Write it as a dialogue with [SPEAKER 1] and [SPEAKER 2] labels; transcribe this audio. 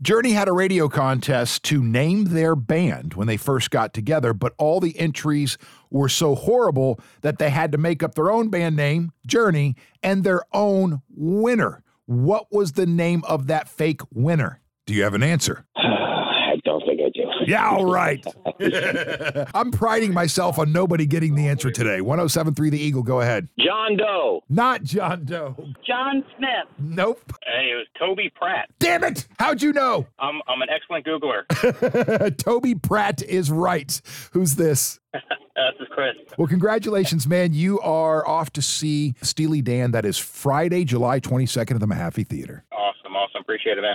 [SPEAKER 1] Journey had a radio contest to name their band when they first got together, but all the entries were so horrible that they had to make up their own band name, Journey, and their own winner. What was the name of that fake winner? Do you have an answer?
[SPEAKER 2] I don't think I do.
[SPEAKER 1] Yeah, all right. I'm priding myself on nobody getting the answer today. 1073 The Eagle, go ahead.
[SPEAKER 2] John Doe.
[SPEAKER 1] Not John Doe.
[SPEAKER 3] John Smith.
[SPEAKER 1] Nope.
[SPEAKER 4] Hey, it was Toby Pratt.
[SPEAKER 1] Damn it! How'd you know?
[SPEAKER 4] I'm, I'm an excellent Googler.
[SPEAKER 1] Toby Pratt is right. Who's this?
[SPEAKER 4] Uh, this is Chris.
[SPEAKER 1] Well, congratulations, man. You are off to see Steely Dan. That is Friday, July 22nd at the Mahaffey Theater.
[SPEAKER 4] Awesome, awesome. Appreciate it, man.